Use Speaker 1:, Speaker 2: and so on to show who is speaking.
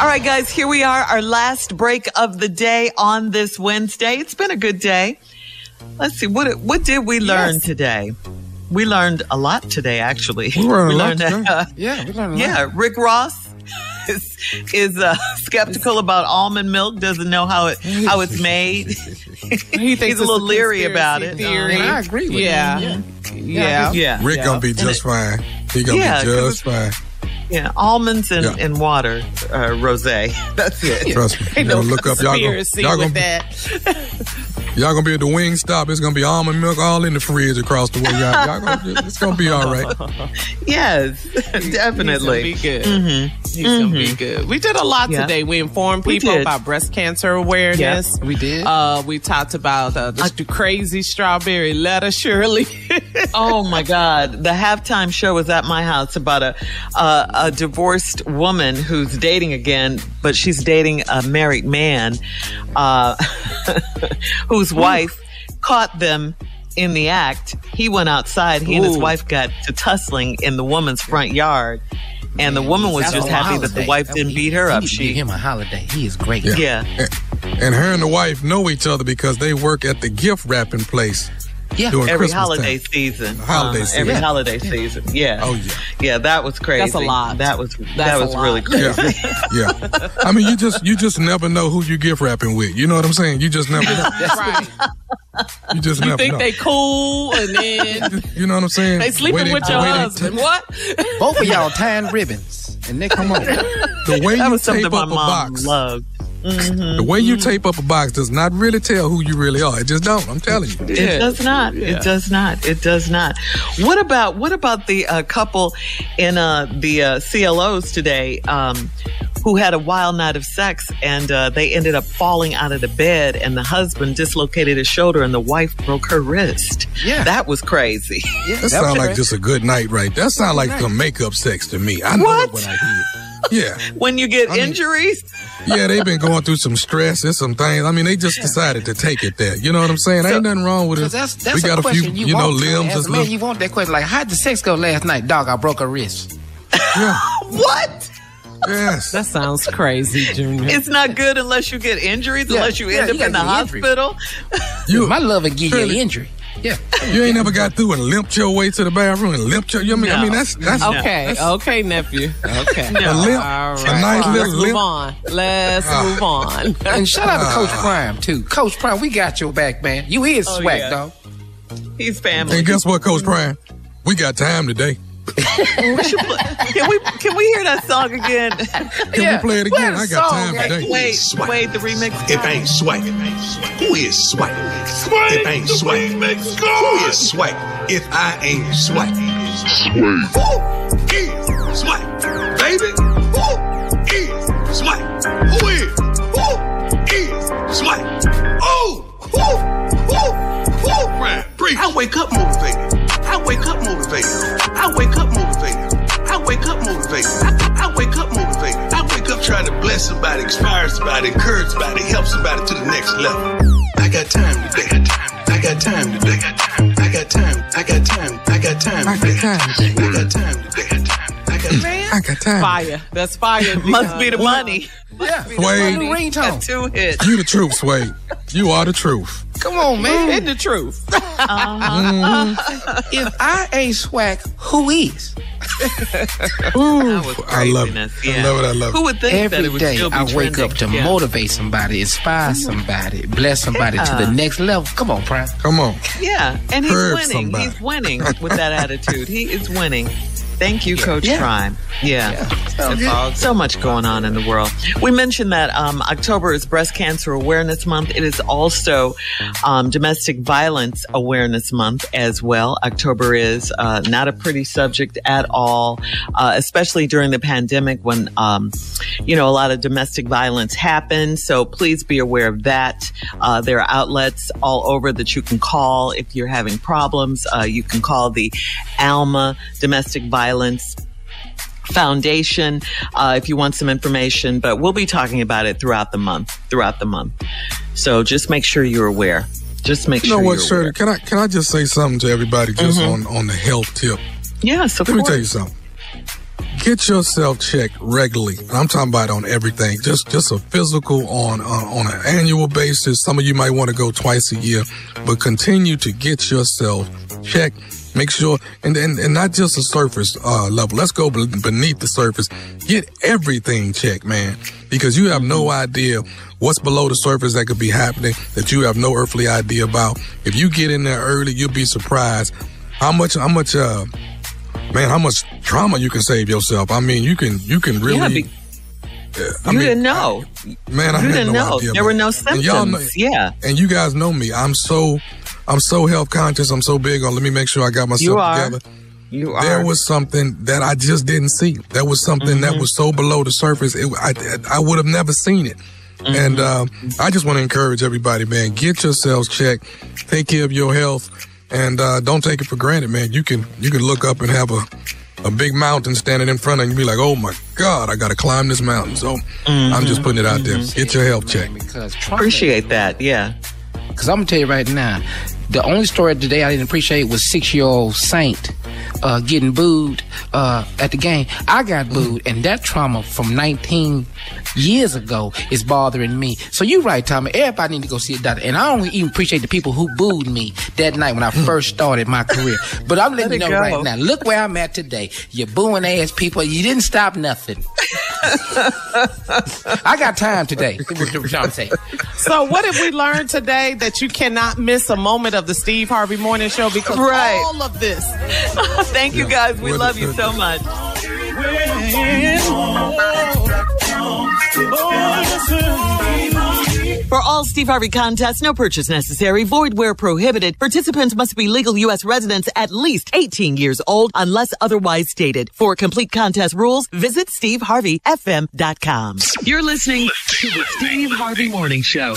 Speaker 1: All right, guys, here we are, our last break of the day on this Wednesday. It's been a good day. Let's see what what did we learn
Speaker 2: Yes.
Speaker 1: today? We learned a lot today, actually.
Speaker 3: We learned a
Speaker 1: learned,
Speaker 3: lot today.
Speaker 1: uh,
Speaker 3: Yeah, we learned a lot.
Speaker 1: yeah, Rick Ross is, is uh, skeptical about almond milk. Doesn't know how it how it's made.
Speaker 2: He thinks
Speaker 1: He's a
Speaker 2: it's
Speaker 1: little leery
Speaker 2: conspiracy
Speaker 1: about it.
Speaker 2: Theory.
Speaker 3: And I agree with
Speaker 2: yeah.
Speaker 3: him.
Speaker 2: Yeah.
Speaker 3: Yeah.
Speaker 1: Yeah,
Speaker 3: Rick
Speaker 2: Yeah.
Speaker 3: gonna be just fine. He gonna
Speaker 1: Yeah,
Speaker 3: be
Speaker 1: 'cause
Speaker 3: just fine.
Speaker 1: yeah. Almonds and,
Speaker 3: Yeah.
Speaker 1: and water, uh, rosé. That's it.
Speaker 3: Trust me.
Speaker 2: Ain't
Speaker 3: Y'all
Speaker 2: no
Speaker 3: look up. Y'all gonna,
Speaker 2: conspiracy
Speaker 3: y'all,
Speaker 2: with
Speaker 3: gonna,
Speaker 2: that.
Speaker 3: y'all gonna be at the wing stop. It's gonna be almond milk all in the fridge across the way. Y'all, y'all gonna, it's gonna be all right.
Speaker 1: Yes, definitely. Mm-hmm.
Speaker 2: He's gonna be good. He's gonna be good. We did a lot
Speaker 1: Yeah.
Speaker 2: today. We informed
Speaker 1: We
Speaker 2: people
Speaker 1: did.
Speaker 2: about breast cancer awareness.
Speaker 3: We did.
Speaker 2: Uh, we talked about uh, the st- crazy strawberry letter, Shirley.
Speaker 1: Oh my God! The halftime show was at my house about a uh, a divorced woman who's dating again, but she's dating a married man, uh, whose wife caught them in the act. He went outside. He and his
Speaker 2: Ooh.
Speaker 1: wife got to tussling in the woman's front yard, and the woman was
Speaker 4: That's
Speaker 1: just
Speaker 4: on
Speaker 1: happy that the
Speaker 4: holiday.
Speaker 1: wife didn't
Speaker 4: He-
Speaker 1: beat her
Speaker 4: he
Speaker 1: up.
Speaker 4: need to give
Speaker 1: She,
Speaker 4: him a holiday. He is great.
Speaker 1: yeah,
Speaker 3: and her and the wife know each other because they work at the gift wrapping place.
Speaker 4: Yeah.
Speaker 3: During
Speaker 1: every
Speaker 3: Christmas
Speaker 1: holiday
Speaker 3: time.
Speaker 1: season. Uh-huh.
Speaker 3: Holiday
Speaker 1: Every
Speaker 3: season.
Speaker 1: holiday season. Yeah.
Speaker 3: Oh, yeah.
Speaker 1: Yeah, that was crazy.
Speaker 2: lot.
Speaker 1: That was
Speaker 2: That's
Speaker 1: that
Speaker 2: a
Speaker 1: was
Speaker 2: lot.
Speaker 1: really crazy.
Speaker 3: Yeah, yeah. I mean, you just you just never know who you gift wrapping with. You know what I'm saying? You just never know.
Speaker 2: That's right.
Speaker 3: You just never
Speaker 2: Think
Speaker 3: know.
Speaker 2: they cool and then
Speaker 3: you know what I'm saying?
Speaker 2: they sleeping
Speaker 3: Waiting-
Speaker 2: with your
Speaker 3: waiting-
Speaker 2: husband. What?
Speaker 4: Both of y'all tying ribbons. And they come on.
Speaker 3: The way
Speaker 1: That
Speaker 3: you
Speaker 1: was something
Speaker 3: tape
Speaker 1: my
Speaker 3: up a
Speaker 1: mom
Speaker 3: box,
Speaker 1: loved.
Speaker 3: the way you tape up a box does not really tell who you really are. It just don't. I'm telling you.
Speaker 2: Yeah.
Speaker 1: It does not.
Speaker 2: Yeah.
Speaker 1: It does not. It does not. What about what about the uh, couple in uh, the uh, CLOs today um, who had a wild night of sex and uh, they ended up falling out of the bed and the husband dislocated his shoulder and the wife broke her wrist.
Speaker 4: Yeah.
Speaker 1: that was crazy.
Speaker 3: That sounds like just a good night, right? That sounds like some makeup sex to me. I know
Speaker 1: What?
Speaker 3: what I hear. Yeah,
Speaker 1: when you get
Speaker 3: I mean-
Speaker 1: injuries,
Speaker 3: yeah. They've been going through some stress and some things. I mean, they just decided to take it there. You know what I'm saying? Ain't nothing wrong with it.
Speaker 4: Because that's, that's
Speaker 3: we got
Speaker 4: a
Speaker 3: a, few,
Speaker 4: question you,
Speaker 3: you know,
Speaker 4: want. to
Speaker 3: limbs
Speaker 4: ask
Speaker 3: that's
Speaker 4: a man,
Speaker 3: little.
Speaker 4: you want that question. Like, how'd the sex go last night? Dog, I broke a wrist.
Speaker 3: Yeah.
Speaker 1: what?
Speaker 3: Yes.
Speaker 2: That sounds crazy, Junior.
Speaker 1: It's not good unless you get injuries,
Speaker 4: Yeah.
Speaker 1: unless you
Speaker 4: Yeah,
Speaker 1: end
Speaker 4: you
Speaker 1: up in the
Speaker 4: gotta get injuries.
Speaker 1: hospital.
Speaker 3: You,
Speaker 4: My love will give you an
Speaker 3: Shirley.
Speaker 4: injury. Yeah.
Speaker 3: you ain't never got through and limped your way to the bathroom and limped your. You mean, I mean,
Speaker 1: No.
Speaker 3: that's that's
Speaker 2: okay, okay, nephew. Okay.
Speaker 3: a limp, a nice
Speaker 2: All right, let's
Speaker 3: little
Speaker 2: move
Speaker 3: limp.
Speaker 2: on. Let's move on.
Speaker 4: And shout out to Coach
Speaker 3: Ah.
Speaker 4: Prime, too. Coach Prime, we got your back, man. You is swag,
Speaker 1: Oh, yeah.
Speaker 4: dog.
Speaker 1: He's family.
Speaker 3: And guess what, Coach Prime? We got time today.
Speaker 1: We should play- Can we can we hear that song again?
Speaker 3: Can
Speaker 4: Yeah.
Speaker 3: we play it
Speaker 4: Play
Speaker 3: again?
Speaker 4: the
Speaker 3: I got
Speaker 4: song,
Speaker 3: time today.
Speaker 1: Wait, wait, the remix.
Speaker 5: If ain't swag, who is swag? If ain't swag, who is swag? If I ain't swag, who is swag? Baby, who is swag? Who is? Who is swag? Oh, who? Who? Who? Right. I wake up motivated. I wake up motivated. I wake up motivated. I wake up motivated. I, I wake up motivated. I wake up trying to bless somebody, inspire somebody, encourage somebody, help somebody to the next level. I got time today. I got time today. I got time. I got time. I got time.
Speaker 3: I got
Speaker 5: today.
Speaker 3: time
Speaker 5: I got time today. I got time.
Speaker 3: I got time.
Speaker 2: Fire. That's fire.
Speaker 1: Must be the money.
Speaker 4: Yeah. My
Speaker 3: Swag.
Speaker 4: new ringtone.
Speaker 1: Two hits.
Speaker 3: You the truth, Sway. You are the truth.
Speaker 4: Come on, man.
Speaker 2: In the truth.
Speaker 4: if I ain't swag, who is?
Speaker 1: That was
Speaker 3: I love it.
Speaker 1: craziness.
Speaker 3: I
Speaker 1: Yeah.
Speaker 3: love it. I love
Speaker 1: Who
Speaker 3: it.
Speaker 1: would think that
Speaker 4: Every
Speaker 1: it would
Speaker 4: day
Speaker 1: still be
Speaker 4: I wake
Speaker 1: trending?
Speaker 4: up to
Speaker 1: Yeah.
Speaker 4: motivate somebody, inspire somebody, bless somebody to the next level. Come on, Prime.
Speaker 3: Come on.
Speaker 1: Yeah, and he's
Speaker 3: Curb
Speaker 1: winning.
Speaker 3: somebody.
Speaker 1: He's winning with that attitude. He is winning. Thank you, Coach
Speaker 4: Yeah.
Speaker 1: Prime. Yeah. It's all- So much going on in the world. We mentioned that um, October is Breast Cancer Awareness Month. It is also um, Domestic Violence Awareness Month as well. October is uh, not a pretty subject at all, uh, especially during the pandemic when, um, you know, a lot of domestic violence happened. So please be aware of that. Uh, there are outlets all over that you can call if you're having problems. Uh, you can call the ALMA Domestic Violence Foundation uh, if you want some information. But we'll be talking about it throughout the month. Throughout the month, so just make sure you're aware. Just make
Speaker 3: You
Speaker 1: sure
Speaker 3: know what,
Speaker 1: you're
Speaker 3: Shirley?
Speaker 1: aware.
Speaker 3: Can I can I
Speaker 1: Mm-hmm.
Speaker 3: just say something to everybody just on on the health tip?
Speaker 1: Yes, of
Speaker 3: Let me
Speaker 1: course.
Speaker 3: tell you something. Get yourself checked regularly. And I'm talking about on everything. Just just a physical on uh, on an annual basis. Some of you might want to go twice a year, but continue to get yourself checked. Make sure, and, and, and not just the surface uh, level. Let's go b- beneath the surface. Get everything checked, man, because you have no idea what's below the surface that could be happening that you have no earthly idea about. If you get in there early, you'll be surprised how much how much uh man how much trauma you can save yourself. I mean, you can you can really.
Speaker 1: Yeah, be-
Speaker 3: Yeah, I
Speaker 1: you
Speaker 3: mean,
Speaker 1: didn't know.
Speaker 3: Man, I
Speaker 1: You
Speaker 3: had
Speaker 1: didn't
Speaker 3: no
Speaker 1: know.
Speaker 3: idea,
Speaker 1: There
Speaker 3: man.
Speaker 1: were no
Speaker 3: And y'all know-
Speaker 1: symptoms. Yeah.
Speaker 3: and you guys know me. I'm so I'm so health conscious. I'm so big on let me make sure I got myself
Speaker 1: You are.
Speaker 3: together.
Speaker 1: You are. Mm-hmm.
Speaker 3: There was something that I just didn't see. That was something that was so below the surface. It, I I would have never seen it.
Speaker 1: Mm-hmm.
Speaker 3: And um, I just want to encourage everybody, man, get yourselves checked, take care of your health, and uh, don't take it for granted, man. You can you can look up and have a a big mountain standing in front of you and be like, oh my God, I got to climb this mountain. So I'm
Speaker 1: Mm-hmm.
Speaker 3: just putting it out there. Get your health checked.
Speaker 4: Because
Speaker 1: Appreciate that. Yeah.
Speaker 4: Because I'm gonna tell you right now, the only story today I didn't appreciate was six year old Saint uh, getting booed uh, at the game. I got
Speaker 1: Mm-hmm.
Speaker 4: booed, and that trauma from 19 years ago is bothering me. So you're right, Tommy. Everybody need to go see a doctor, and I don't even appreciate the people who booed me that night when I first started my career. But I'm
Speaker 1: Mm-hmm.
Speaker 4: letting
Speaker 1: Let
Speaker 4: you
Speaker 1: it go.
Speaker 4: know right now. Look where I'm at today. You booing ass people. You didn't stop nothing. I got time today. What I'm saying.
Speaker 2: So, what did we learn today that you cannot miss a moment of the Steve Harvey Morning Show because
Speaker 1: Right.
Speaker 2: all of this
Speaker 1: Thank you guys. We
Speaker 3: What
Speaker 1: love
Speaker 3: is
Speaker 1: you
Speaker 3: it?
Speaker 1: so much. For all Steve Harvey contests, no purchase necessary, void where prohibited. Participants must be legal U.S. residents at least 18 years old unless otherwise stated. For complete contest rules, visit steveharveyfm.com. You're listening to the Steve Harvey Morning Show.